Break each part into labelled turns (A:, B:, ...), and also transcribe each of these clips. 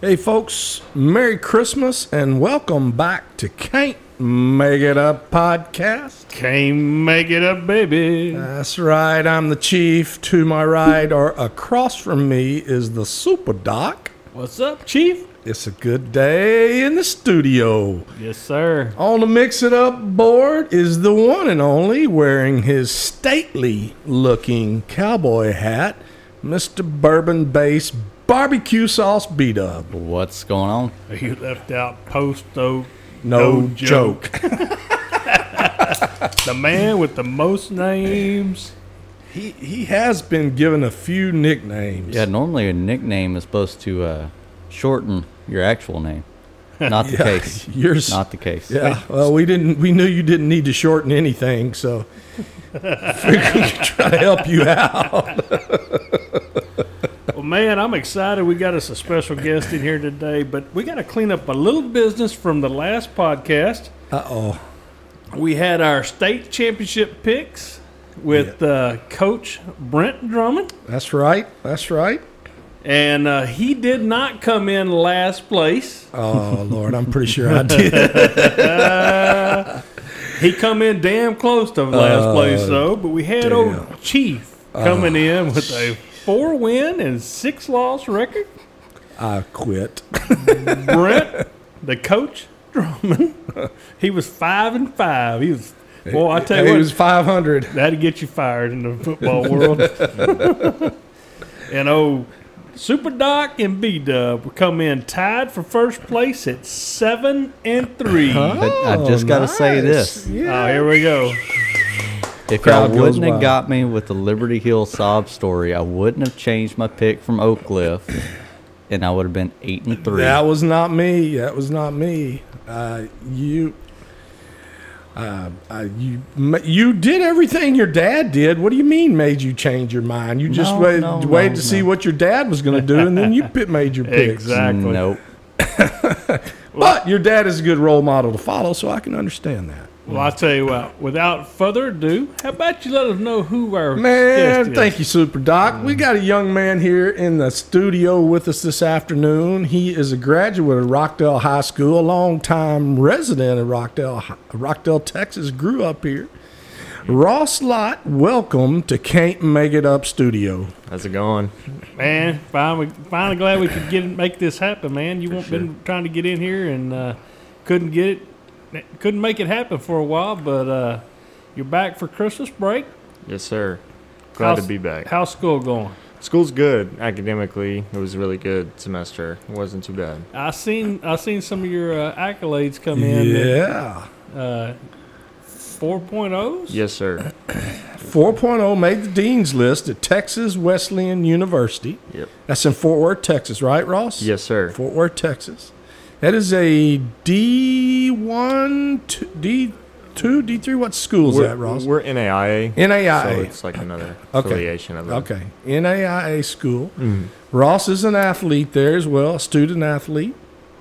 A: Hey, folks, Merry Christmas and welcome back to Can't Make It Up podcast.
B: Can't make it up, baby.
A: That's right, I'm the chief. To my right or across from me is the super doc.
B: What's up, Chief?
A: It's a good day in the studio.
B: Yes, sir.
A: On the Mix It Up board is the one and only wearing his stately looking cowboy hat, Mr. Bourbon Base Barbecue Sauce B Dub.
C: What's going on?
B: You left out Post Oak,
A: No,
B: No
A: joke.
B: joke. the man with the most names.
A: He he has been given a few nicknames.
C: Yeah, normally a nickname is supposed to uh, shorten your actual name. Not the
A: Yeah,
C: case.
A: yours-
C: Not the case.
A: Yeah. Well, we didn't. We knew you didn't need to shorten anything, so figured we'd try to help you out.
B: Well, man, I'm excited. We got us a special guest in here today, but we got to clean up a little business from the last podcast.
A: Uh oh.
B: We had our state championship picks with uh, Coach Brent Drummond,
A: That's right. That's right.
B: and uh, he did not come in last place.
A: Oh Lord, I'm pretty sure I did.
B: He come in damn close to last place though, but we had
A: Uh, damn. Uh,
B: old Chief coming in with a four win and six loss record.
A: I quit.
B: Brent, the coach Drummond, he was five and five. He was boy, I tell
A: it
B: you what,
A: was 500.
B: that'd get you fired in the football world. and old Super Doc and B Dub come in tied for first place at seven and three.
C: But
A: Oh,
C: I just got to say this.
A: Yeah.
B: Oh, here we go.
C: If
A: Crowd
C: y'all
A: goes
C: wouldn't
A: wild.
C: have got me with the Liberty Hill sob story, I wouldn't have changed my pick from Oak Cliff, and I would have been 8 and 3.
A: That was not me. That was not me. Uh, you. Uh, uh, you ma- you did everything your dad did. What do you mean made you change your mind? You just
C: No,
A: wait,
C: no,
A: waited
C: no,
A: to see
C: no.
A: what your dad was going to do, and then you pi- made your picks.
B: Exactly.
C: Nope.
A: But your dad is a good role model to follow, so I can understand that.
B: Well, I tell you what. Without further ado, how about you let us know who our guest
A: Man,
B: is?
A: thank you, Super Doc. We
D: Mm.
A: got a young man here in the studio with us this afternoon. He is a graduate of Rockdale High School, a longtime resident of Rockdale, Rockdale, Texas. Grew up here. Ross Lott, welcome to Can't Make It Up Studio.
D: How's it going?
B: man. Finally, finally glad we could get make this happen, man. You have been trying to get in here and uh, couldn't get it, couldn't make it happen for a while, but uh, you're back for Christmas break.
D: Yes, sir. Glad
B: How's-
D: to be back.
B: How's school going?
D: School's good academically. It was a really good semester. It wasn't too bad.
B: I seen I seen some of your uh, accolades come in. that,
A: Yeah.
B: Uh, 4.0s?
D: Yes, sir.
A: 4.0 oh, made the Dean's List at Texas Wesleyan University.
D: Yep.
A: That's in Fort Worth, Texas, right, Ross?
D: Yes, sir.
A: Fort Worth, Texas. That is a D1, two- D2, D3. What school is
D: We're,
A: that, Ross?
D: we're NAIA. So
A: NAIA.
D: it's like another
A: Okay.
D: affiliation of it.
A: okay. NAIA school. Ross is an athlete there as well, a student athlete.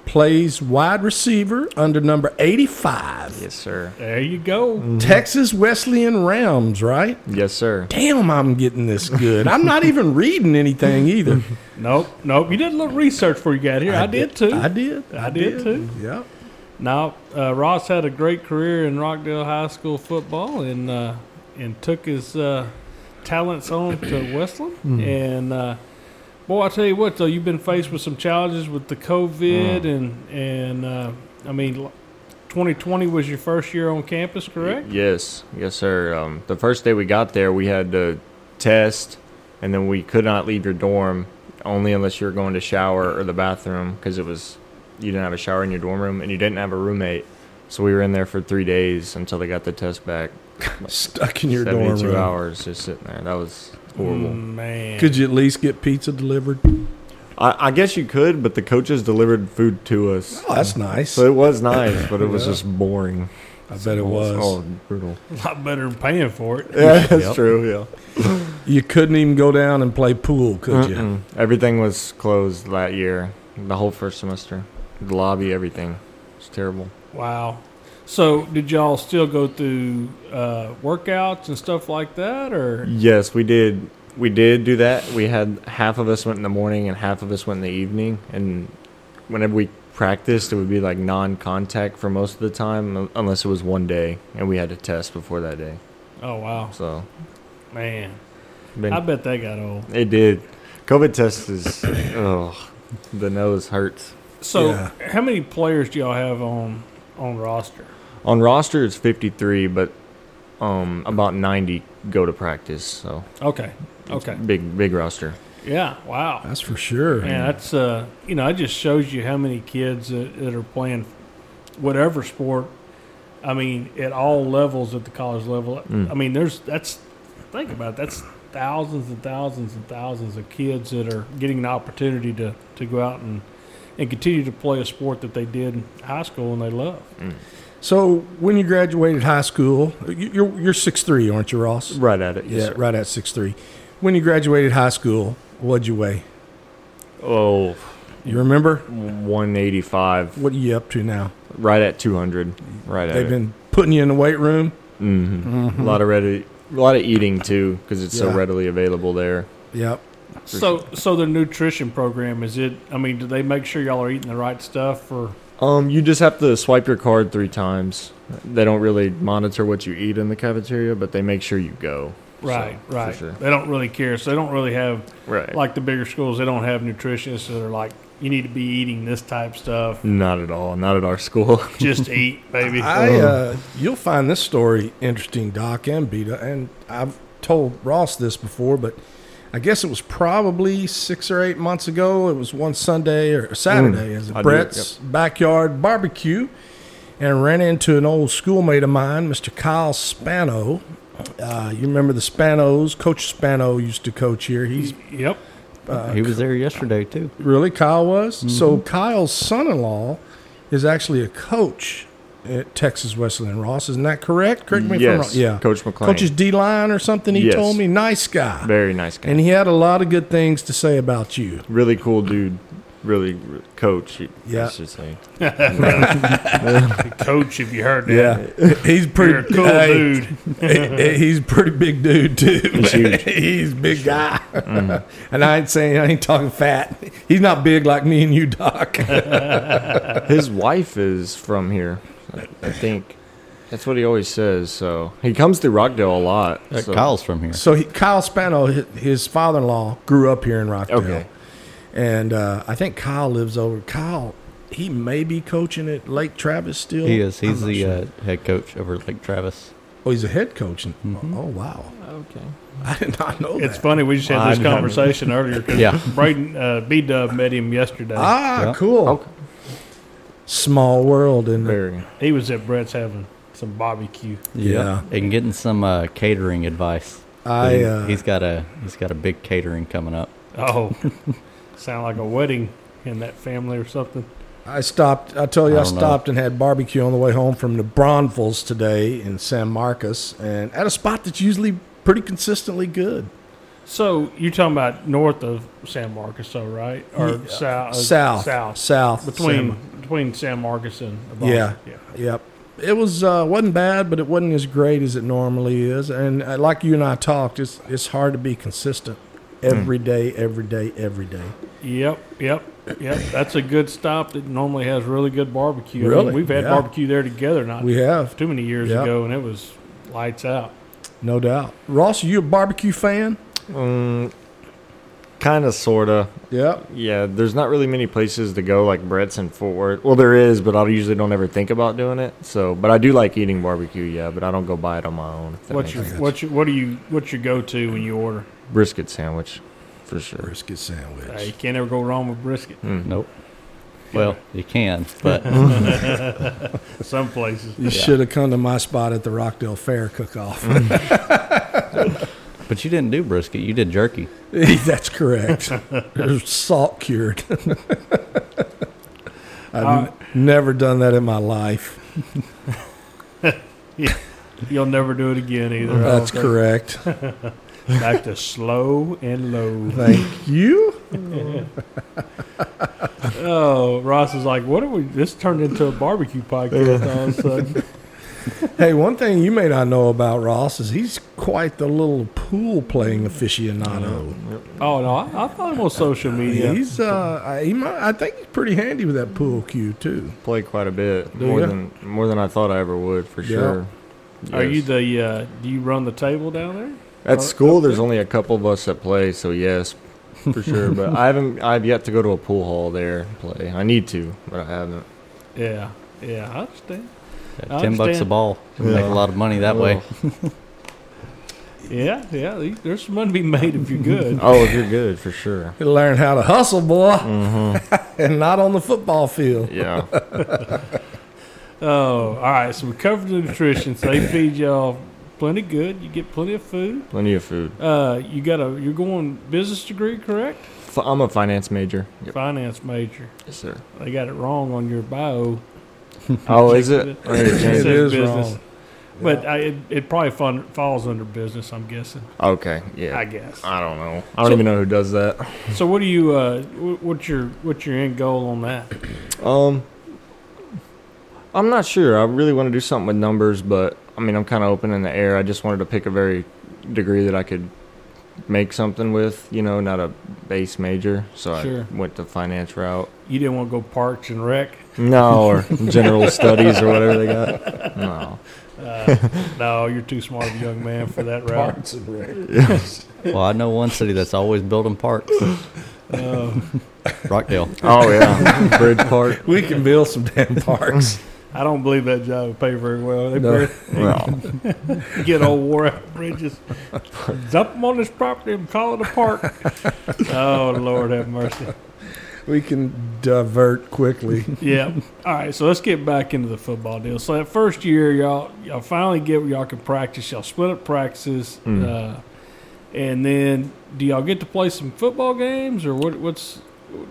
A: Plays wide receiver under number 85.
D: Yes, sir.
B: There you go.
A: Texas Wesleyan Rams, right?
D: Yes, sir.
A: Damn, I'm getting this good. I'm not even reading anything either.
B: Nope, nope. You did a little research before you got here. I, did, too.
A: I did.
B: I did too.
A: Yep.
B: Now, uh, Ross had a great career in Rockdale High School football and uh, and took his uh, talents on to Westland.
D: Mm-hmm.
B: And uh, boy, I tell you what, though, you've been faced with some challenges with the COVID
D: Mm.
B: and and uh, I mean, l- 2020 was your first year on campus, correct?
D: Yes. Yes, sir. Um, the first day we got there, we had to test, and then we could not leave your dorm only unless you were going to shower or the bathroom because it was you didn't have a shower in your dorm room and you didn't have a roommate. So we were in there for three days until they got the test back.
A: Stuck in your dorm
D: 72
A: room. Mm.
D: hours just sitting there. That was horrible.
B: Mm, Man,
A: Could you at least get pizza delivered?
D: I, I guess you could, but the coaches delivered food to us.
A: Oh, that's nice.
D: So it was nice, but it was
A: Yeah.
D: just boring.
A: I bet it was.
D: Oh, brutal.
B: a lot better than paying for it.
D: Yeah, that's
C: Yep.
D: true. Yeah.
A: You couldn't even go down and play pool, could you?
D: Mm-mm. Mm. Everything was closed that year, the whole first semester. The lobby, everything. It's terrible.
B: Wow. So, did y'all still go through uh, workouts and stuff like that, or
D: Yes, we did. We did do that. We had half of us went in the morning and half of us went in the evening, and whenever we practiced, it would be like non-contact for most of the time, unless it was one day and we had to test before that day.
B: Oh wow,
D: So,
B: man!
D: been,
B: I bet that got old.
D: it did. COVID test is, oh, the nose hurts.
B: So,
A: Yeah.
B: how many players do y'all have on on roster?
D: On roster, it's 53, but um, about 90 go to practice. So,
B: Okay, okay,
D: big big roster.
B: yeah, wow.
A: That's for sure.
B: Man, that's uh, you know, it just shows you how many kids that, that are playing whatever sport. I mean, at all levels, at the college level. I mean, there's that's think about it, that's thousands and thousands and thousands of kids that are getting an opportunity to to go out and and continue to play a sport that they did in high school and they love.
A: So when you graduated high school, you- you're you're six three, aren't you, Ross?
D: Right at it.
A: Yeah, right at six three. When you graduated high school, what'd you weigh?
D: Oh,
A: You remember?
D: 185.
A: What are you up to now?
D: Right at 200. Right at
A: They've
D: it.
A: been putting you in the weight room.
D: A lot of ready, a lot of eating too, because it's
A: Yeah.
D: so readily available there.
A: Yep.
B: So, so their nutrition program is it? I mean, do they make sure y'all are eating the right stuff for?
D: Um, you just have to swipe your card three times. They don't really monitor what you eat in the cafeteria, but they make sure you go. So,
B: Right,
D: for
B: right.
D: sure.
B: They don't really care, so they don't really have
D: Right.
B: like the bigger schools, they don't have nutritionists that are like, you need to be eating this type stuff.
D: not at all. Not at our school.
B: Just eat, baby. Oh.
A: I uh, you'll find this story interesting, Doc and Beta, and I've told Ross this before, but I guess it was probably six or eight months ago. It was one Sunday or Saturday as
D: I do,
A: Brett's backyard barbecue, and ran into an old schoolmate of mine, Mr. Kyle Spano. Uh, you remember the Spanos? Coach Spano used to coach here.
D: uh,
A: He's
B: yep.
C: he was there yesterday too.
A: Really, Kyle was.
D: Mm-hmm.
A: So Kyle's son-in-law is actually a coach at Texas Wesleyan Ross. Isn't that correct? Correct me if I'm wrong.
D: yes.
A: Yeah,
D: Coach McLean.
A: coach's D line or something. He
D: Yes.
A: told me nice guy,
D: Very nice guy.
A: and he had a lot of good things to say about you.
D: really cool dude. Really re- coach.
A: Yeah.
D: I should say.
B: Coach, if you heard that,
A: he's pretty
B: you're a cool
A: hey,
B: dude.
A: he- he's a pretty big dude too. He's
D: huge. Mm.
A: a big guy, and I ain't saying I ain't talking fat. He's not big like me and you, Doc.
D: His wife is from here, I, I think. That's what he always says. So he comes to Rockdale a lot.
C: Uh,
D: so-
C: Kyle's from here.
A: So he, Kyle Spano, hi- his father-in-law, grew up here in Rockdale,
D: Okay.
A: and uh, I think Kyle lives over. Kyle, he may be coaching at Lake Travis still.
C: He is.
A: I'm
C: He's
A: not
C: the
A: sure.
C: uh, head coach over at Lake Travis.
A: oh, he's a head coach. And,
C: Mm-hmm.
A: Oh wow,
D: Okay.
A: I did not know
B: It's
A: that.
B: funny. We just had
D: I
B: this
D: didn't-
B: conversation earlier because
C: Yeah.
B: Braden uh, B Dub met him yesterday.
A: Ah,
C: Yeah.
A: cool.
D: Okay.
A: Small world in there.
D: Very.
B: he was at Brett's having some barbecue.
A: Yeah.
C: and getting some uh, catering advice.
A: I
C: He-
A: uh,
C: he's got a he's got a big catering coming up.
B: Oh, sound like a wedding in that family or something.
A: I stopped. I tell you, I,
C: I don't know.
A: stopped and had barbecue on the way home from the Bronfels today in San Marcos, and at a spot that's usually pretty consistently good.
B: So you're talking about north of San Marcos, though, right? Or south?
A: south,
B: Uh, South.
A: south
B: between
A: San-
B: between San Marcos and Boston.
A: Yeah. Yep. It was uh, wasn't bad, but it wasn't as great as it normally is. And uh, like you and I talked, it's it's hard to be consistent every day, every day, every day.
B: Yep, yep, yep. That's a good stop that normally has really good barbecue. I mean,
A: Really?
B: we've had
A: Yeah.
B: barbecue there together not
A: We have
B: too many years
A: Yeah.
B: ago, and it was lights out.
A: no doubt. Ross, are you a barbecue fan?
D: Um, kind of, sorta.
A: Yeah.
D: Yeah, there's not really many places to go like Brett's in Fort Worth. Well, there is, but I usually don't ever think about doing it. So, but I do like eating barbecue. Yeah, but I don't go buy it on my own. if that
B: What's
D: makes
B: your
D: sense.
B: what's your what do you what's your go to when you order?
D: brisket sandwich? For sure. Hmm,
A: Brisket
B: Uh, you
A: sandwich.
B: can't ever go wrong with brisket.
C: Nope. Well, you can, but
B: Some places.
A: You should have come to my spot at the Rockdale Fair cook-off.
C: but you didn't do brisket. You did jerky.
A: That's correct. It was salt cured. I've n- never done that in my life.
B: You'll never do it again either. I don't
A: That's
B: think.
A: correct.
B: Back to slow and low.
A: Thank you.
B: Oh, Ross is like, what are we? This turned into a barbecue podcast all of a sudden.
A: Hey, one thing you may not know about Ross is he's quite the little pool playing aficionado.
B: Oh no, I, I follow him on social media.
A: He's uh, I- he might, I think he's pretty handy with that pool cue too.
D: Played quite a bit
A: Do
D: more
A: ya?
D: than more than I thought I ever would for
A: Yeah.
D: sure.
B: Are you
D: Yes.
B: the? Uh, do you run the table down there?
D: At school, there's only a couple of us that play, so yes, for sure. But I haven't. I've yet to go to a pool hall there and play. I need to, but I haven't.
B: Yeah, yeah, I understand. I
C: Uh, Ten bucks a
B: understand.
C: ball. You Make a
D: Yeah.
C: lot of money that way.
B: Yeah, yeah. the- There's some money to be made if you're good.
D: Oh, if you're good, for sure.
A: He learned how to hustle, boy,
D: Mm-hmm.
A: and not on the football field.
D: Yeah.
B: oh, all right. So we covered the nutrition. So they feed y'all plenty good. You get plenty of food.
D: Plenty of food.
B: Uh, you got a. You're going business degree, correct?
D: F- I'm a finance major. Yep.
B: Finance major.
D: Yes, sir.
B: They got it wrong on your bio.
D: Oh, is it? I need to
B: It
D: change it.
B: says
A: is
B: business.
A: wrong.
B: But I, it, it probably fun, falls under business. I'm guessing.
D: Okay. Yeah.
B: I
D: I,
B: guess.
D: don't know. I don't
B: So-
D: even know who does that.
B: So what do you? Uh, wh- what's your what's your end goal on that?
D: Um, I'm not sure. I really want to do something with numbers, but I mean, I'm kind of open in the air. I just wanted to pick a very degree that I could make something with, you know, not a base major. So
B: Sure.
D: I went the finance route.
B: You didn't want to go parks and rec.
D: No, or general studies or whatever they got. No.
B: Uh, no, you're too smart of a young man for that route.
A: Parts and rec.
C: Well, I know one city that's always building parks.
B: Uh,
C: Rockdale.
D: Oh yeah, Bridge Park.
A: We can build some damn parks.
B: I don't believe that job would pay very well. They
A: No.
B: better
D: No.
B: get old wore out bridges, dump them on this property and call it a park. oh Lord, have mercy.
A: we can divert quickly.
B: Yeah. All right. So let's get back into the football deal. So that first year, y'all y'all finally get where y'all can practice. Y'all split up practices, uh, and then do y'all get to play some football games or what? What's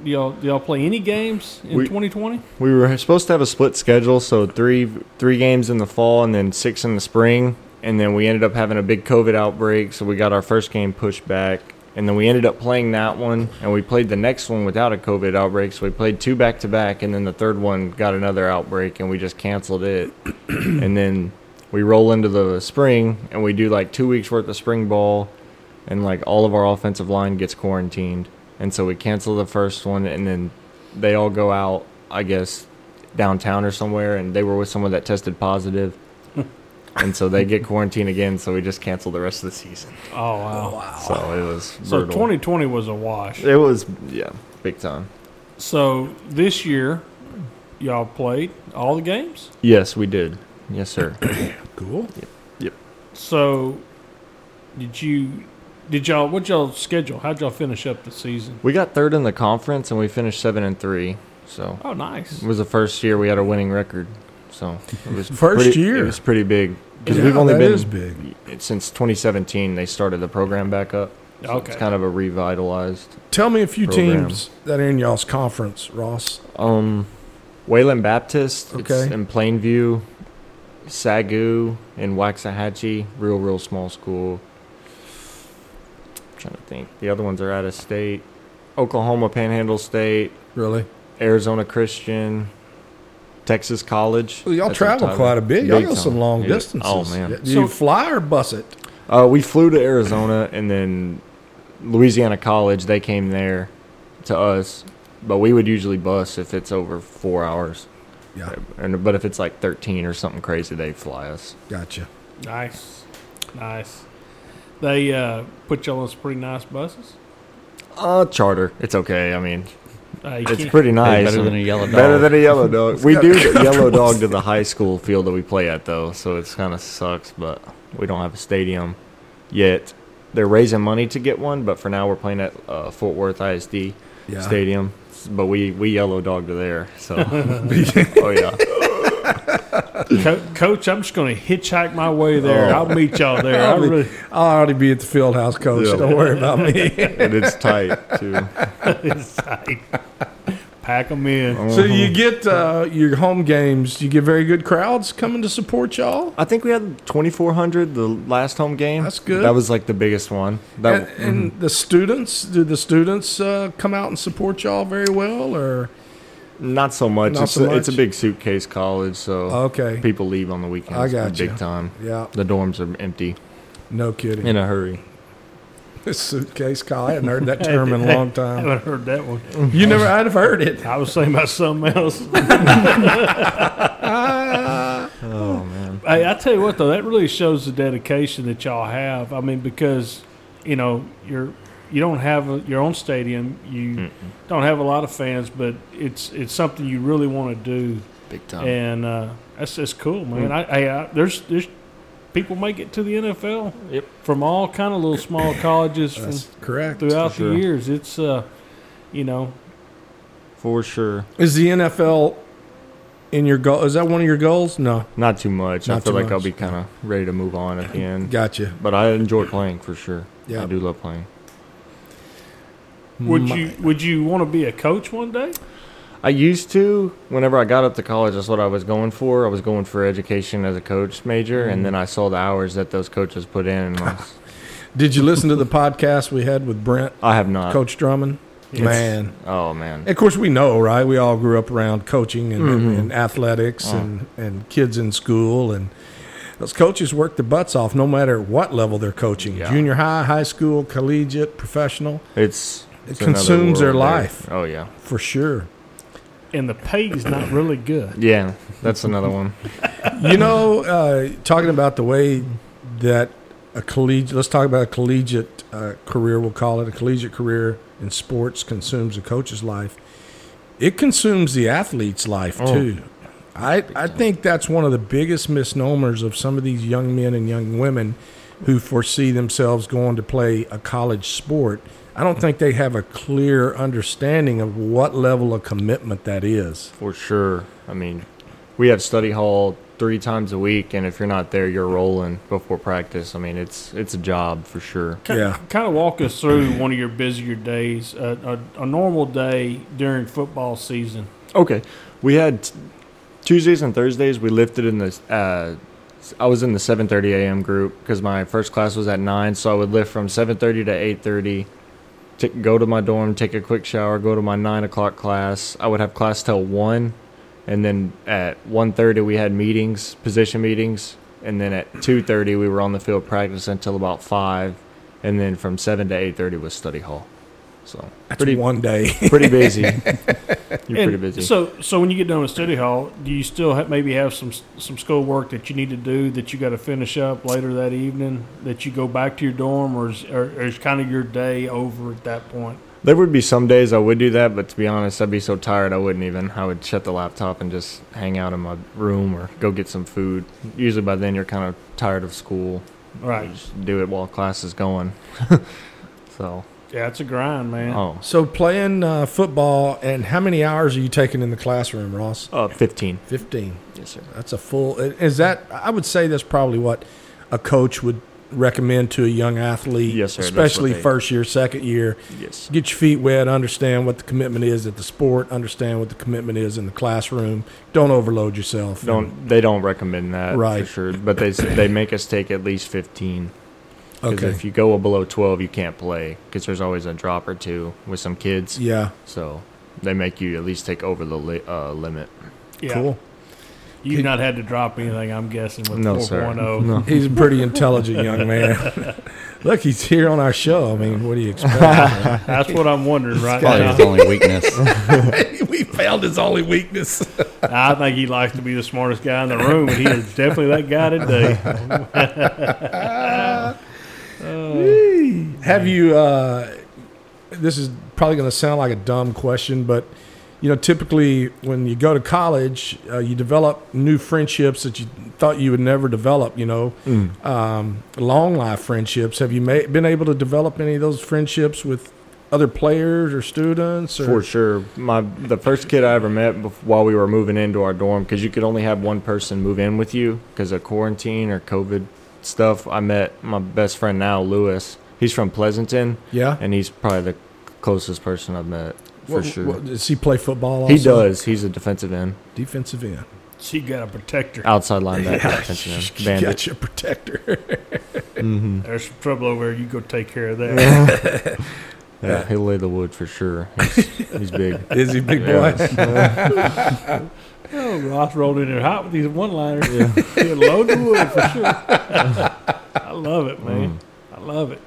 B: do y'all do y'all play any games in
D: We-
B: 2020?
D: We were supposed to have a split schedule, so three three games in the fall and then six in the spring. And then we ended up having a big COVID outbreak, so we got our first game pushed back. And then we ended up playing that one, and we played the next one without a COVID outbreak. So we played two back to back, and then the third one got another outbreak, and we just canceled it. and then we roll into the spring, and we do like two weeks worth of spring ball, and like all of our offensive line gets quarantined. And so we cancel the first one, and then they all go out, I guess, downtown or somewhere, and they were with someone that tested positive. and so they get quarantined again, so we just cancel the rest of the season.
B: Oh wow.
D: So it was
B: So
D: brutal.
B: 2020 was a wash.
D: It was, yeah, big time.
B: So this year, y'all played all the games.
D: Yes, we did. Yes, sir.
A: Cool.
B: So did you? Did y'all? What y'all schedule? How'd y'all finish up the season?
D: we got third in the conference, and we finished seven and three. So
B: Oh, nice.
D: it was the first year we had a winning record. So it was
A: First
D: pretty-
A: year.
D: It was pretty big because
A: Yeah,
D: we've only
A: that
D: been
A: is big.
D: since 2017. They started the program back up. So
B: Okay.
D: it's kind of a revitalized.
A: Tell me a few
D: Program.
A: teams that are in y'all's conference, Ross.
D: Um, Wayland Baptist. it's
A: Okay.
D: in Plainview, Sagu, and Waxahachie. Real, real small school. trying to think. The other ones are out of state. Oklahoma Panhandle State,
A: Really?
D: Arizona Christian, Texas College.
A: Well, y'all
D: That's in
A: travel
D: Tyler.
A: quite a bit. Y'all
D: Big
A: go some
D: time.
A: long
D: Yeah.
A: distances.
D: Oh man.
A: Do
B: So-
A: you fly or bus it?
D: Uh, we flew to Arizona and then Louisiana College. They came there to us, but we would usually bus if it's over four hours.
A: Yeah,
D: And but if it's like thirteen or something crazy, they fly us.
A: gotcha.
B: Nice, nice. They uh, put y'all on some pretty nice buses.
D: Uh, charter. It's okay. I mean,
B: Uh, you
D: it's
B: can't-
D: pretty nice.
C: better than a yellow dog.
D: Better than a yellow dog. we do get yellow dog to the high school field that we play at though, so it's kind of sucks. But we don't have a stadium yet. They're raising money to get one, but for now we're playing at uh, Fort Worth ISD.
A: Yeah.
D: stadium. But we we yellow dogged her there. So oh yeah,
B: Co- Coach, I'm just going to hitchhike my way there.
D: Oh.
B: I'll meet y'all there. I
A: I'll be-
B: really,
A: I'll already be at the field house, coach.
D: Yeah.
A: Don't worry about me.
D: and it's tight too.
B: it's like, pack them in.
A: so you get uh, your home games. You get very good crowds coming to support y'all.
D: I think we had 2,400 the last home game.
A: That's good.
D: That was like the biggest one. That mm-hmm.
A: and, and the students, do the students uh, come out and support y'all very well, or
D: Not so much.
A: Not
D: it's,
A: so
D: a, it's a
A: much?
D: big suitcase college, so
A: Okay.
D: people leave on the weekends.
A: I gotcha.
D: Big time.
A: Yeah.
D: The dorms are empty
A: No kidding.
D: in a hurry.
A: Suitcase call. I hadn't heard that term in a long
B: I
A: time.
B: haven't heard that one.
A: You never. I'd have heard it.
B: I was saying about something else.
D: Oh man.
B: Hey, I tell you what though, that really shows the dedication that y'all have. I mean, because you know you're you don't have a, your own stadium, you don't have a lot of fans, but it's it's something you really want to do,
D: Big time.
B: and uh, that's that's cool,
D: Mm.
B: man. I, I, I there's there's people make it to the NFL
D: Yep.
B: from all kind of little small colleges from
A: That's correct.
B: throughout
D: for sure.
B: the years. It's uh, you know,
D: For sure.
A: Is the NFL in your goal? Is that one of your goals? No.
D: Not too much. I
A: Not
D: feel
A: too
D: like I'll
A: much.
D: be kind of ready to move on at the end.
A: Gotcha.
D: But I enjoy playing for sure.
A: Yeah.
D: I do love playing.
B: would
A: My-
B: you would you want to be a coach one day?
D: I used to. Whenever I got up to college, that's what I was going for. I was going for education as a coach major,
A: Mm-hmm.
D: and then I saw the hours that those coaches put in. And I, was-
A: Did you listen to the podcast we had with Brent,
D: I have not.
A: Coach Drummond? Man.
D: Oh man.
A: Of course, we know, right? We all grew up around coaching and, and athletics and, and kids in school. And those coaches work their butts off no matter what level they're coaching
D: Yeah.
A: junior high, high school, collegiate, professional,
D: It's, it's another
A: consumes their
D: world there.
A: life.
D: Oh yeah.
A: for sure.
B: And the pay's not really good.
D: Yeah. That's another one.
A: you know, uh, talking about the way that a collegiate, let's talk about a collegiate uh, career, we'll call it a collegiate career in sports consumes a coach's life. It consumes the athlete's life
D: Oh.
A: too. I, I think that's one of the biggest misnomers of some of these young men and young women who foresee themselves going to play a college sport. I don't think they have a clear understanding of what level of commitment that is.
D: For sure. I mean, we have study hall three times a week, and if you're not there, you're rolling before practice. I mean, it's it's a job for sure.
B: Kind,
A: Yeah.
B: kind of walk us through one of your busier days, a, a, a normal day during football season.
D: Okay, we had t- Tuesdays and Thursdays. We lifted in the. Uh, I was in the 7:30 a.m. group because my first class was at nine, so I would lift from 7:30 to 8:30. T- go to my dorm, take a quick shower, go to my nine o'clock class. I would have class till one, and then at 1:30 we had meetings, position meetings, and then at 2:30 we were on the field practice until about five, and then from seven to 8:30 was study hall. So
A: That's
D: pretty
A: one day.
D: pretty busy. You're pretty
B: And
D: busy.
B: So, so when you get done with study hall, do you still have, maybe have some some school work that you need to do that you got to finish up later that evening? That you go back to your dorm, or is, or, or is kind of your day over at that point?
D: There would be some days I would do that, but to be honest, I'd be so tired I wouldn't even. I would shut the laptop and just hang out in my room or go get some food. Usually by then you're kind of tired of school.
B: Right.
D: You just do it while class is going. so,
B: Yeah, it's a grind, man.
D: oh,
A: So playing uh, football, and how many hours are you taking in the classroom, Ross?
D: uh, 15.
A: Fifteen.
D: Yes, sir.
A: That's a full. Is that? I would say that's probably what a coach would recommend to a young athlete,
D: Yes, sir, that's what
A: especially
D: they-
A: first year, second year.
D: Yes.
A: Get your feet wet, understand what the commitment is at the sport, understand what the commitment is in the classroom. Don't overload yourself.
D: Don't they don't recommend that
A: Right.
D: for sure, but they s- they make us take at least 15 because
A: Okay.
D: if you go below 12 you can't play because there's always a drop or two with some kids.
A: yeah.
D: So, they make you at least take over the li- uh, limit.
B: Yeah.
A: Cool.
B: You've not had to drop anything, I'm guessing, with oh.
D: No, sir.
B: 4.0.
D: No.
A: He's a pretty intelligent young man. Look, he's here on our show. I mean, what do you expect? man?
B: That's what I'm wondering right
C: Probably his
B: now.
C: only weakness.
A: we found his only weakness.
B: I think he likes to be the smartest guy in the room, and he is definitely that guy today.
A: Have you? Uh, this is probably going to sound like a dumb question, but you know, typically when you go to college, uh, you develop new friendships that you thought you would never develop. You know,
D: Mm.
A: um, long life friendships. Have you ma- been able to develop any of those friendships with other players or students? Or
D: For sure, my the first kid I ever met bef- while we were moving into our dorm, because you could only have one person move in with you because of quarantine or COVID stuff. I met my best friend now, Lewis. He's from Pleasanton,
A: yeah,
D: and he's probably the closest person I've met for
A: What-
D: sure.
A: what- does he play football? Also?
D: he does. He's a defensive end,
A: defensive end.
B: She got a protector.
D: outside linebacker, defensive end, bandit.
A: Gotcha, protector.
B: There's some trouble over there. You go take care of that.
D: Yeah, he'll lay the wood for sure. He's, he's big.
A: Is he big boy?
D: Yeah.
B: Oh, Ross rolled in there hot with these one liners. Yeah. load the wood for sure. I love it, man. I love it.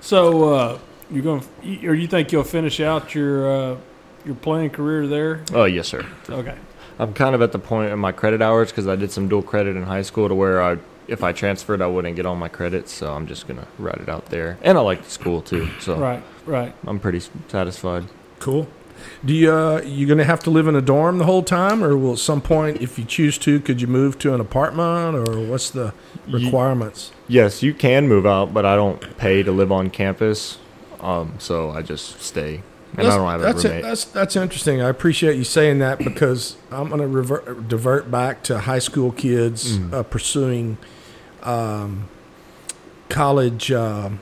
B: So uh, you're going, to or you think you'll finish out your uh, your playing career there?
D: oh yes, sir.
B: Okay.
D: I'm kind of at the point in my credit hours because I did some dual credit in high school to where I, if I transferred, I wouldn't get all my credits. So I'm just gonna ride it out there. And I like the school too, so
B: Right. Right.
D: I'm pretty s- satisfied.
A: Cool. Do you uh, you gonna have to live in a dorm the whole time, or will at some point, if you choose to, could you move to an apartment, or what's the
D: Ye-
A: requirements?
D: Yes, you can move out, but I don't pay to live on campus. Um, so I just stay, and I don't have a
A: that's
D: roommate.
A: that's that's interesting. I appreciate you saying that because I'm gonna revert, divert back to high school kids
D: Mm.
A: uh, pursuing um, college. Um,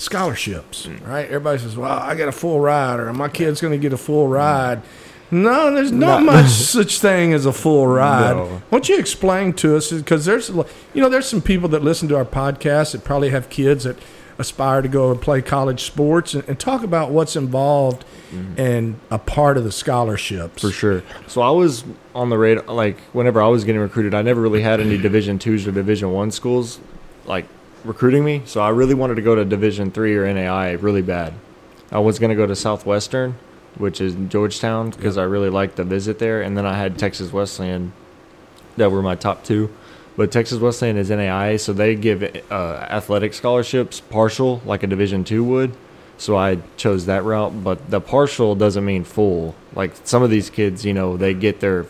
A: Scholarships,
D: Mm.
A: right? Everybody says, "Well, I got a full ride, or my kid's going to get a
D: Mm.
A: full ride." No, there's not,
D: Not-
A: much such thing as a full ride.
D: No.
A: Why don't you explain to us? Because there's, a lo- you know, there's some people that listen to our podcast that probably have kids that aspire to go and play college sports and, and talk about what's involved and a part of the scholarships.
D: Mm-hmm. for sure. So I was on the radar. Like whenever I was getting recruited, I never really had any Division twos or Division one schools like recruiting me. So I really wanted to go to Division three or NAI really bad. I was gonna go to Southwestern, which is Georgetown, because I really liked the visit there. And then I had Texas Wesleyan, that were my top two. But Texas Wesleyan is NAIA, so they give uh, athletic scholarships partial, like a Division two would. So I chose that route, but the partial doesn't mean full. Like some of these kids, you know, they get their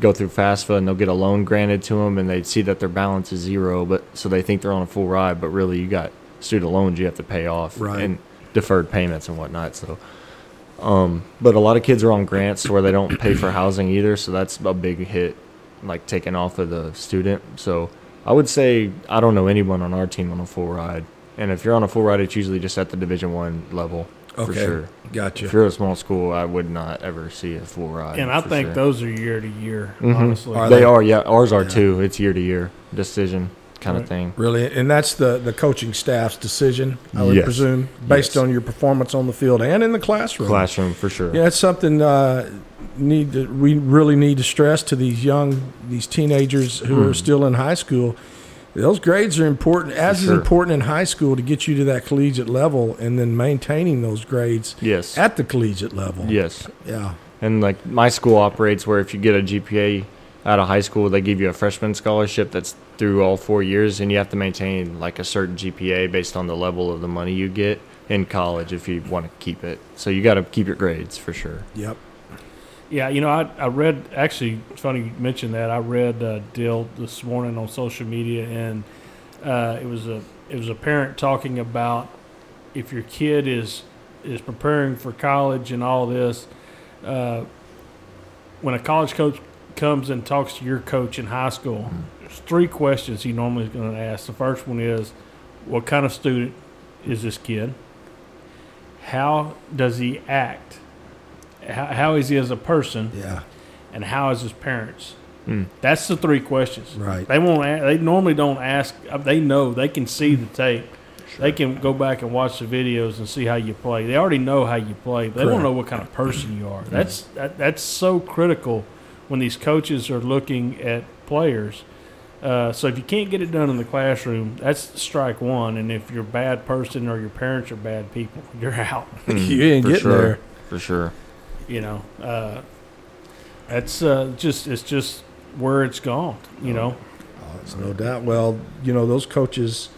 D: go through FAFSA and they'll get a loan granted to them, and they see that their balance is zero, but so they think they're on a full ride, but really you got student loans you have to pay off
A: Right.
D: and deferred payments and whatnot. So, um, but a lot of kids are on grants where they don't pay for housing either, so that's a big hit, like taken off of the student. So I would say I don't know anyone on our team on a full ride, and if you're on a full ride, it's usually just at the Division One level for
A: Okay.
D: sure. If
A: Gotcha.
D: you're at a small school, I would not ever see a full ride.
B: And I
D: for
B: think
D: sure.
B: those are year to year,
D: Mhm.
B: honestly.
A: Are
D: they are, yeah. Ours are
A: Yeah.
D: too. It's year to year decision kind
B: Right.
D: of thing.
A: Really, and that's the the coaching staff's decision, I would
D: Yes.
A: presume, based
D: Yes.
A: on your performance on the field and in the classroom.
D: Classroom for sure.
A: Yeah, it's something uh, need to, we really need to stress to these young these teenagers who
D: Hmm.
A: are still in high school. Those grades are important, as is
D: sure.
A: important in high school to get you to that collegiate level, and then maintaining those grades
D: Yes.
A: at the collegiate level.
D: yes.
A: yeah,
D: And like my school operates where if you get a GPA out of high school, they give you a freshman scholarship that's through all four years, and you have to maintain like a certain GPA based on the level of the money you get in college if you want to keep it. So you got to keep your grades for sure.
A: yep.
B: Yeah, you know, I, I read actually. It's funny you mentioned that. I read uh, Dill this morning on social media, and uh, it was a it was a parent talking about if your kid is is preparing for college and all this. Uh, when a college coach comes and talks to your coach in high school, there's three questions he normally is going to ask. The first one is, what kind of student is this kid? How does he act? How, how is he as a person?
A: Yeah,
B: and how is his parents?
D: Mm.
B: That's the three questions.
A: Right.
B: They won't. a they normally don't ask. uh, They know. They can see
A: Hmm.
B: the tape. They can go back and watch the videos and see how you play. They already know how you play. They
A: Correct. Hmm.
B: don't know what kind of person you are. That's that, that's so critical when these coaches are looking at players. Uh, so if you can't get it done in the classroom, that's strike one. And if you're a bad person or your parents are bad people, you're out
A: you ain't
D: Hmm, for
A: getting
D: sure.
A: there.
D: For sure.
B: you know uh that's uh just it's just where it's gone you know
A: Oh, it's no doubt. Well, you know those coaches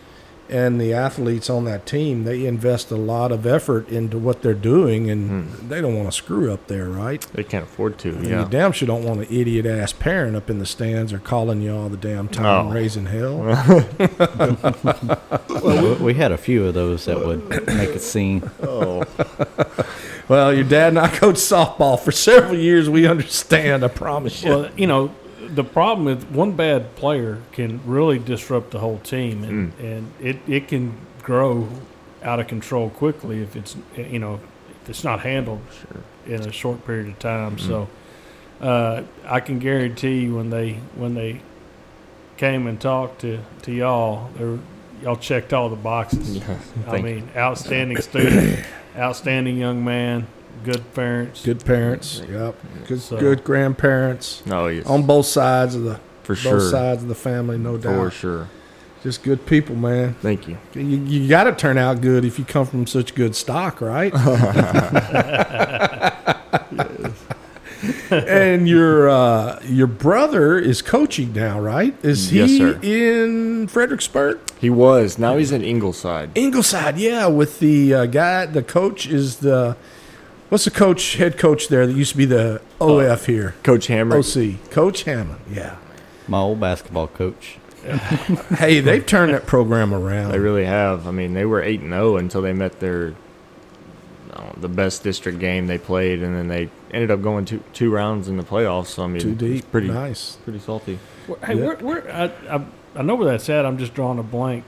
A: and the athletes on that team they invest a lot of effort into what they're doing, and
D: Hmm.
A: they don't want to screw up there, right?
D: They can't afford to.
A: And
D: yeah.
A: you damn sure don't want an idiot ass parent up in the stands or calling you all the damn time
D: No.
A: raising hell.
C: Well, we, we had a few of those that would make a scene.
D: Oh.
A: well, your dad and I coached softball for several years. We understand, I promise you.
B: well you know the problem is one bad player can really disrupt the whole team and
D: Mm.
B: and it it can grow out of control quickly if it's you know if it's not handled in a short period of time
D: Mm.
B: so uh i can guarantee you when they when they came and talked to to y'all they were y'all checked all the boxes.
D: Yeah,
B: I
D: thank you.
B: mean, outstanding student, outstanding young man, good parents.
A: Good parents. Yep. Good,
B: So-
A: good grandparents
D: No, yes,
A: on both sides of the
D: for
A: both
D: sure,
A: sides of the family, no
D: for
A: doubt.
D: sure.
A: Just good people, man.
D: Thank you.
A: You, you got to turn out good if you come from such good stock, right? and your uh, your brother is coaching now, right? Is he
D: Yes, sir.
A: in Fredericksburg?
D: He was. Now he's in Ingleside.
A: Ingleside, yeah, with the uh, guy. The coach is the what's the coach head coach there that used to be the
D: Oh.
A: OF here,
D: Coach Hammer.
A: Oh, OC, Coach Hammond. Yeah.
C: My old basketball coach.
A: Hey, they've turned that program around.
D: They really have. I mean, they were eight and zero until they met their uh, the best district game they played, and then they ended up going two two rounds in the playoffs. So I mean,
A: Too
D: it's
A: deep.
D: pretty
A: nice.
D: pretty salty.
B: Wh- Hey,
A: Yeah.
B: where, where I, I I know where that's at. I'm just drawing a blank.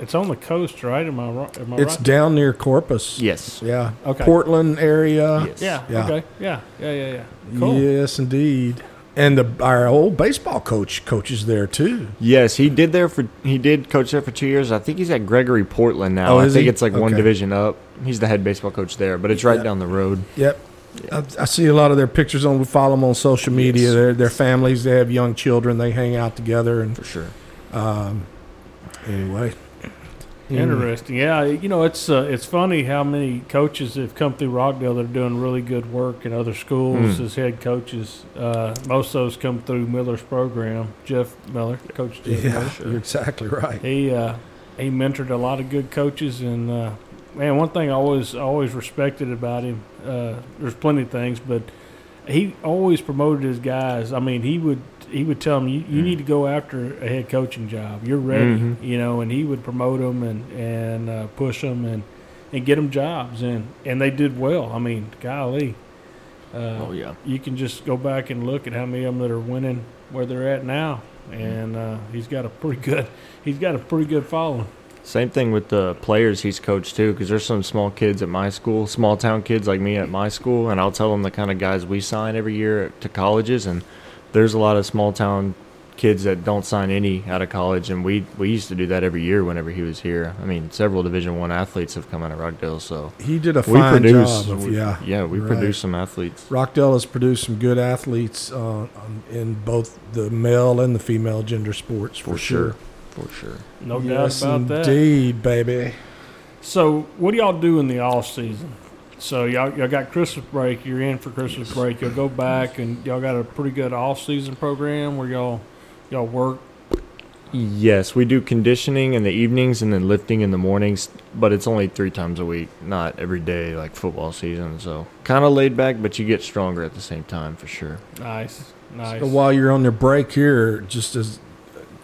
B: It's on the coast, right? Am I wrong? Am I
A: It's
B: right?
A: down near Corpus.
D: Yes.
A: Yeah.
B: Okay.
A: Portland area.
D: Yes.
B: yeah,
A: yeah.
B: Okay. Yeah. Yeah. Yeah. Yeah. Cool.
A: Yes, indeed. And the our old baseball coach coaches there too.
D: Yes, he did there for he did coach there for two years. I think he's at Gregory Portland now.
A: Oh,
D: I
A: is
D: think
A: he?
D: it's like one
A: Okay.
D: division up. He's the head baseball coach there, but it's right
A: Yeah.
D: down the road.
A: Yep. I, I see a lot of their pictures on. We follow them on social media.
D: Yes.
A: Their their families. They have young children. They hang out together. And
D: For sure.
A: um, anyway, Mm.
B: Interesting. Yeah. You know, it's uh, it's funny how many coaches have come through Rockdale that are doing really good work in other schools
A: Hmm.
B: as head coaches. Uh, most of those come through Miller's program. Jeff Miller, Coach
A: Yeah,
B: Jeff Miller.
A: you're exactly right.
B: He uh, he mentored a lot of good coaches, and uh, man, one thing I always I always respected about him. Uh, there's plenty of things, but he always promoted his guys. I mean, he would he would tell them, "You, you need to go after a head coaching job. You're ready,"
D: Mhm.
B: you know, and he would promote them and and uh, push them and and get them jobs, and and they did well. I mean, golly. Uh,
D: Oh yeah.
B: you can just go back and look at how many of them that are winning where they're at now, and uh, he's got a pretty good he's got a pretty good following.
D: Same thing with the players he's coached too, because there's some small kids at my school, small town kids like me at my school, and I'll tell them the kind of guys we sign every year to colleges, and there's a lot of small town kids that don't sign any out of college, and we we used to do that every year whenever he was here. I mean, several Division One athletes have come out of Rockdale, so
A: He did a
D: we
A: fine
D: produce,
A: job. Of,
D: we-
A: yeah.
D: we
A: Right.
D: produce some athletes.
A: Rockdale has produced some good athletes uh, um, in both the male and the female gender sports for,
D: For
A: sure.
D: sure. For sure.
B: No
A: yes,
B: doubt about that.
A: indeed, baby.
B: So, what do y'all do in the off season? So y'all y'all got Christmas break. You're in for Christmas break. You'll go back and y'all got a pretty good off season program where y'all y'all work.
D: Yes, we do conditioning in the evenings and then lifting in the mornings, but it's only three times a week, not every day like football season. So kind of laid back, but you get stronger at the same time for sure.
B: Nice, nice.
A: So while you're on your break here, just as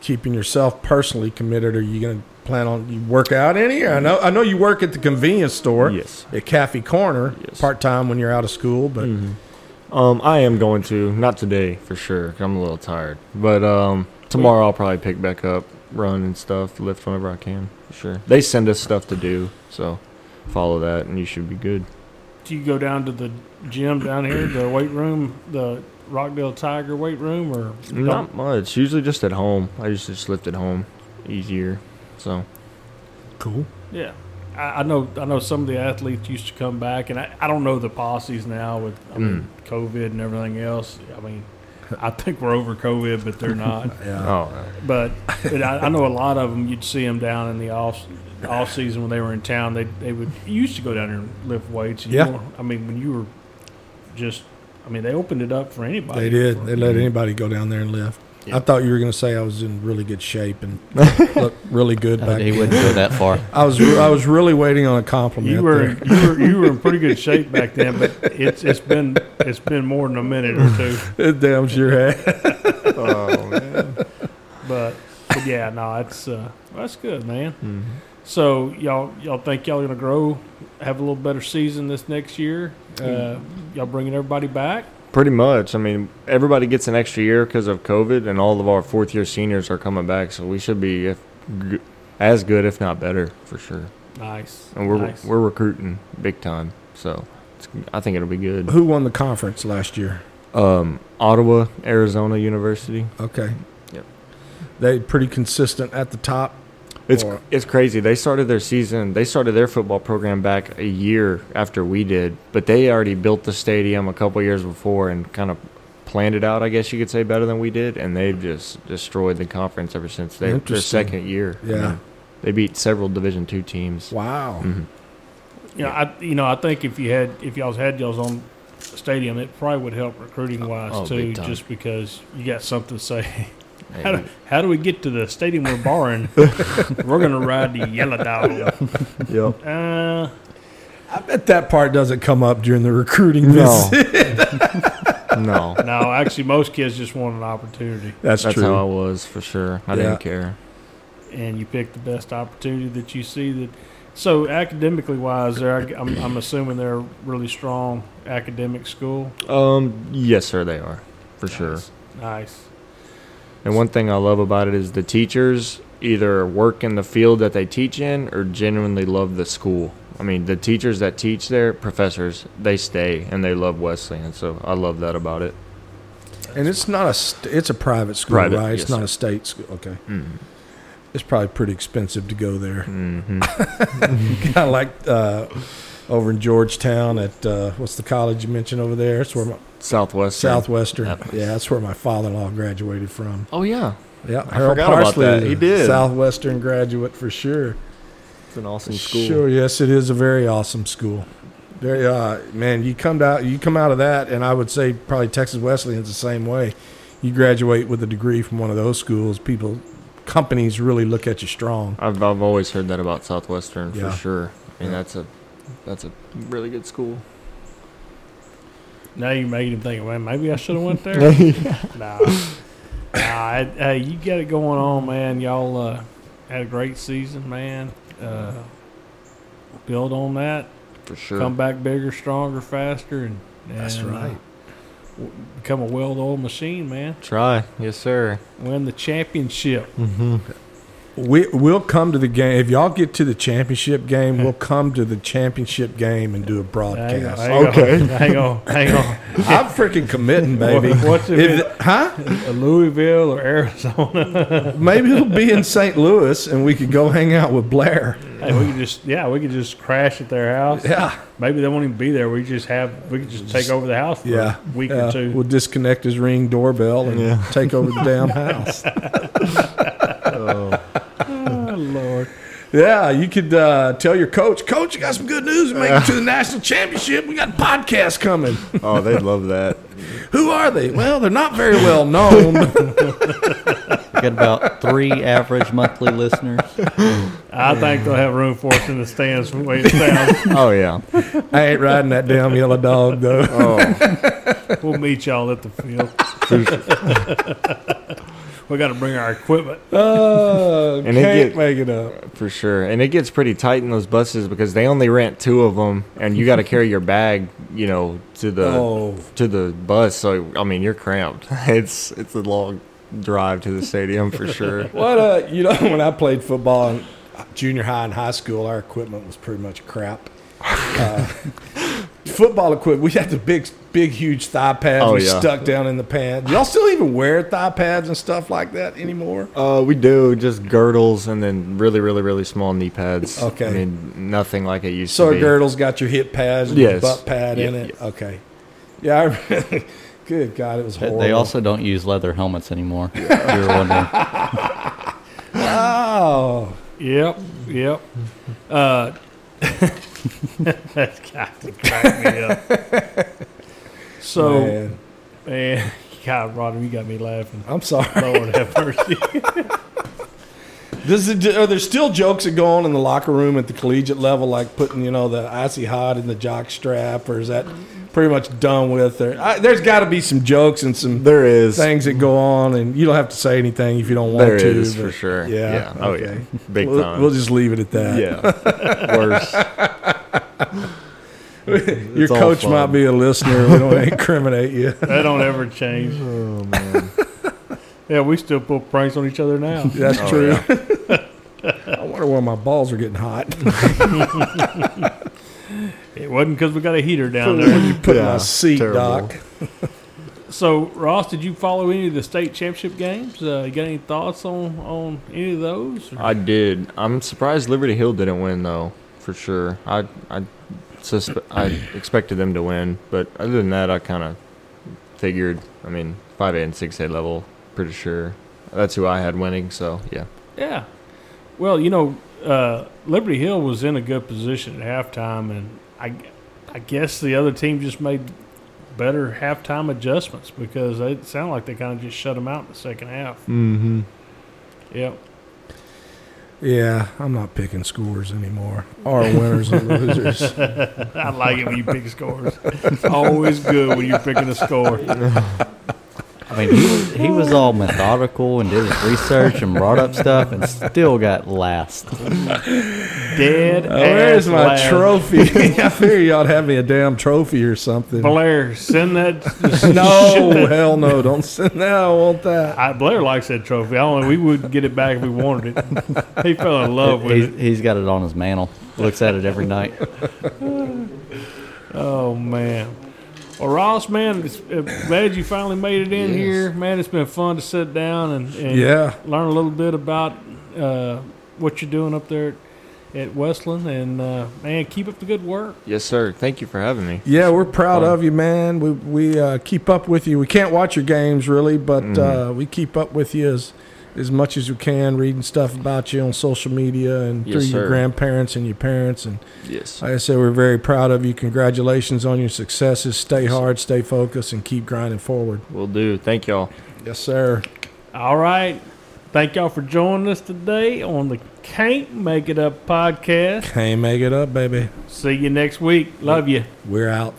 A: keeping yourself personally committed, are you going to plan on you work out any? I know, I know you work at the convenience store
D: Yes.
A: at Cafe Corner
D: Yes. Mm.
A: part time when you're out of school, but
D: Um, I am going to not today for sure. 'cause I'm a little tired, but um, tomorrow I'll probably pick back up, run and stuff, lift whenever I can for sure. They send us stuff to do, so follow that and you should be good.
B: do you go down to the gym down here, the weight room, the Rockdale Tiger weight room, or
D: Not much. Usually just at home. I used to just lift at home, easier. So
A: cool.
B: Yeah, I, I know. I know some of the athletes used to come back, and I, I don't know the policies now with I mean,
A: Mm.
B: COVID and everything else. I mean, I think we're over COVID, but they're not.
A: Yeah.
D: oh.
B: but but I, I know a lot of them. You'd see them down in the off off season when they were in town. They they would you used to go down there and lift weights. and you
A: Yeah.
B: weren't- I mean, when you were just, I mean, they opened it up for anybody.
A: They did. They let anybody go down there and lift.
D: Yeah.
A: I thought you were going to say I was in really good shape and looked really good
C: Uh,
A: back
C: he
A: then.
C: wouldn't go that far.
A: I was I was really waiting on a compliment.
B: You were,
A: there.
B: you were you were in pretty good shape back then, but it's it's been it's been more than a minute or two.
A: It damn sure had.
D: oh man.
B: But, but yeah, no, it's uh, that's good, man.
D: Mm-hmm.
B: So y'all y'all think y'all gonna grow, have a little better season this next year? Uh,
D: Mm.
B: y'all bringing everybody back?
D: Pretty much. I mean, everybody gets an extra year because of COVID, and all of our fourth year seniors are coming back, so we should be if, g- as good, if not better, for sure.
B: Nice.
D: And we're
B: nice.
D: we're recruiting big time, so it's, I think it'll be good.
A: Who won the conference last year?
D: Um, Ottawa, Arizona University.
A: Okay.
D: Yep.
A: They pretty consistent at the top.
D: It's
A: Or-
D: it's crazy. They started their season. They started their football program back a year after we did, but they already built the stadium a couple years before and kind of planned it out. I guess you could say better than we did, and they've just destroyed the conference ever since they, their
A: Interesting.
D: second year. I
A: Yeah.
D: mean, they beat several Division two teams.
A: Wow.
B: You know, I you know I think if you had if y'all's had y'all's on stadium, it probably would help recruiting wise
D: oh,
B: too,
D: big time.
B: just because you got something to say. How
D: Hey,
B: do, how do we get to the stadium we're borrowing? we're gonna ride the yellow dog.
D: yep.
B: Uh,
A: I bet that part doesn't come up during the recruiting
D: No.
A: visit.
D: no.
B: no, actually, most kids just want an opportunity,
A: That's,
D: That's
A: true.
D: how I was for sure. I
A: Yeah.
D: didn't care.
B: and you pick the best opportunity that you see. That so academically wise, there I, am I'm assuming they're a really strong academic school.
D: Um, yes, sir, they are for sure.
B: Nice.
D: And one thing I love about it is the teachers either work in the field that they teach in or genuinely love the school. I mean, the teachers that teach there, professors, they stay and they love Wesleyan. So I love that about it.
A: and it's not a st- it's a private school,
D: Private,
A: right? It's
D: yes,
A: not
D: sir.
A: a state school. Okay.
D: Mhm.
A: It's probably pretty expensive to go there.
D: hmm
A: kind of like uh, over in Georgetown at uh, what's the college you mentioned over there? It's where my
D: Southwestern.
A: Southwestern.
D: Yep.
A: Yeah, that's where my father-in-law graduated from.
D: Oh, yeah.
A: Yeah,
D: I forgot about that.
A: is
D: He
A: a
D: did.
A: Southwestern graduate for sure.
D: It's an awesome school.
A: Sure, yes, it is a very awesome school. Very, uh, man, you come out, you come out of that, and I would say probably Texas Wesleyan's the same way. You graduate with a degree from one of those schools, people, companies really look at you strong.
D: I've, I've always heard that about Southwestern
A: Yeah.
D: for sure. I mean,
A: Yeah.
D: that's a that's a really good school.
B: Now you made him think, well, maybe I should have went there. nah, nah. it- Hey, you got it going on, man. Y'all uh, had a great season, man. Uh, build on that.
D: For sure.
B: Come back bigger, stronger, faster, and, and
A: That's right.
B: uh, w- become a well-oiled machine, man.
D: Try. Yes, sir.
B: Win the championship.
A: Mm-hmm. We, we'll come to the game. If y'all get to the championship game, we'll come to the championship game and do a
B: Hang on,
A: broadcast.
B: hang on, hang on, hang on.
A: I'm freaking committing, baby.
B: What- What's it?
A: If, huh?
B: Louisville or Arizona?
A: Maybe it'll be in St. Louis, and we could go hang out with Blair.
B: hey, we could just yeah, we could just crash at their house.
A: Yeah.
B: Maybe they won't even be there. We just have we could just take over the house for
A: Yeah,
B: a week
A: yeah.
B: or two.
A: We'll disconnect his ring doorbell and
D: Yeah.
A: take over the damn house.
B: Oh Lord!
A: Yeah, you could uh, tell your coach, Coach, you got some good news. We're making it to the national championship. We got a podcast coming.
D: Oh, they'd love that.
A: Who are they? Well, they're not very well known.
C: Got about three average monthly listeners.
B: I think they'll have room for us in the stands from way down.
D: oh yeah.
A: I ain't riding that damn yellow dog though.
D: Oh,
B: We'll meet y'all at the field. we got to bring our equipment.
A: Uh,
D: And they
A: can't
D: get-
A: make it up.
D: for sure. And it gets pretty tight in those buses because they only rent two of them, and you got to carry your bag, you know, to the
A: oh,
D: to the bus. So I mean, you're cramped. It's it's a long drive to the stadium for sure.
A: what uh, you know, when I played football in junior high and high school, our equipment was pretty much crap. Uh, football equipment, we had the big, big, huge thigh pads
D: Oh,
A: we
D: yeah.
A: stuck down in the pants. Y'all still even wear thigh pads and stuff like that anymore?
D: Uh, we do just girdles and then really, really, really small knee pads.
A: Okay.
D: I mean, nothing like it used
A: So
D: to
A: a
D: be.
A: girdle's got your hip pads and your
D: Yes.
A: butt pad in
D: Yeah,
A: it. Okay, yeah. I remember- good God, it was horrible.
C: They also don't use leather helmets anymore. if you were wondering.
A: oh,
B: Yep, yep. Uh, that's got to crack me up. So,
A: man.
B: man, God, Rodham, you got me laughing.
A: I'm sorry.
B: Lord have mercy.
A: Does it, are there uh, still jokes that go on in the locker room at the collegiate level, like putting you know the icy hot in the jock strap, or is that pretty much done with? Or I, there's got to be some jokes and some
D: There is.
A: things that go on, and you don't have to say anything if you don't want
D: There
A: to.
D: is
A: but-
D: for sure.
A: Yeah.
D: Oh
A: okay.
D: yeah. Big
A: We'll,
D: time.
A: we'll just leave it at that.
D: yeah. Worse.
A: Your
D: all
A: coach
D: fun.
A: might be a listener. We don't incriminate you.
B: That don't ever change.
D: Oh man.
B: Yeah, we still pull pranks on each other now.
A: That's
D: Oh,
A: true. I wonder why my balls are getting hot.
B: It wasn't because we got a heater down
A: When
B: there.
A: you put
D: Yeah,
A: my seat,
D: terrible.
A: Doc.
B: So Ross, did you follow any of the state championship games? Uh, you got any thoughts on on any of those?
D: I did. I'm surprised Liberty Hill didn't win though, for sure. I I suspe- I expected them to win, but other than that, I kind of figured. I mean, five A and six A level, pretty sure. That's who I had winning. So yeah,
B: Yeah. Well, you know, uh, Liberty Hill was in a good position at halftime, and I, I guess the other team just made better halftime adjustments because it sounded like they kind of just shut them out in the second half.
D: mm-hmm.
B: Yep.
A: Yeah, I'm not picking scores anymore or winners and losers.
B: I like it when you pick scores. It's always good when you're picking a score.
C: I mean, he was, he was all methodical and did his research and brought up stuff and still got last.
B: Dead.
A: Oh, Where's
B: ass
A: my
B: last.
A: trophy? I figure y'all have me a damn trophy or something.
B: Blair, send that.
A: No, hell no, don't send that. I want that.
B: I, Blair likes that trophy. I don't know. We would get it back if we wanted it. He fell in love with
C: He's,
B: it.
C: he's got it on his mantle. Looks at it every night.
B: Oh man. Well, Ross, man, it's, uh, glad you finally made it in
D: Yes.
B: here, man. It's been fun to sit down and, and
A: Yeah,
B: learn a little bit about uh, what you're doing up there at Westland, and uh, man, keep up the good work.
D: yes, sir. Thank you for having me.
A: yeah, we're proud
D: Fun.
A: of you, man. We we uh, keep up with you. We can't watch your games really, but uh, we keep up with you as as much as we can, reading stuff about you on social media and
D: Yes,
A: through your
D: sir.
A: grandparents and your parents. And
D: Yes.
A: like I said, we're very proud of you. Congratulations on your successes. Stay hard, stay focused, and keep grinding forward.
D: Will do. Thank y'all.
A: Yes, sir.
B: All right, thank y'all for joining us today on the Can't Make It Up podcast.
A: Can't make it up, baby.
B: See you next week. Love you.
A: We're out.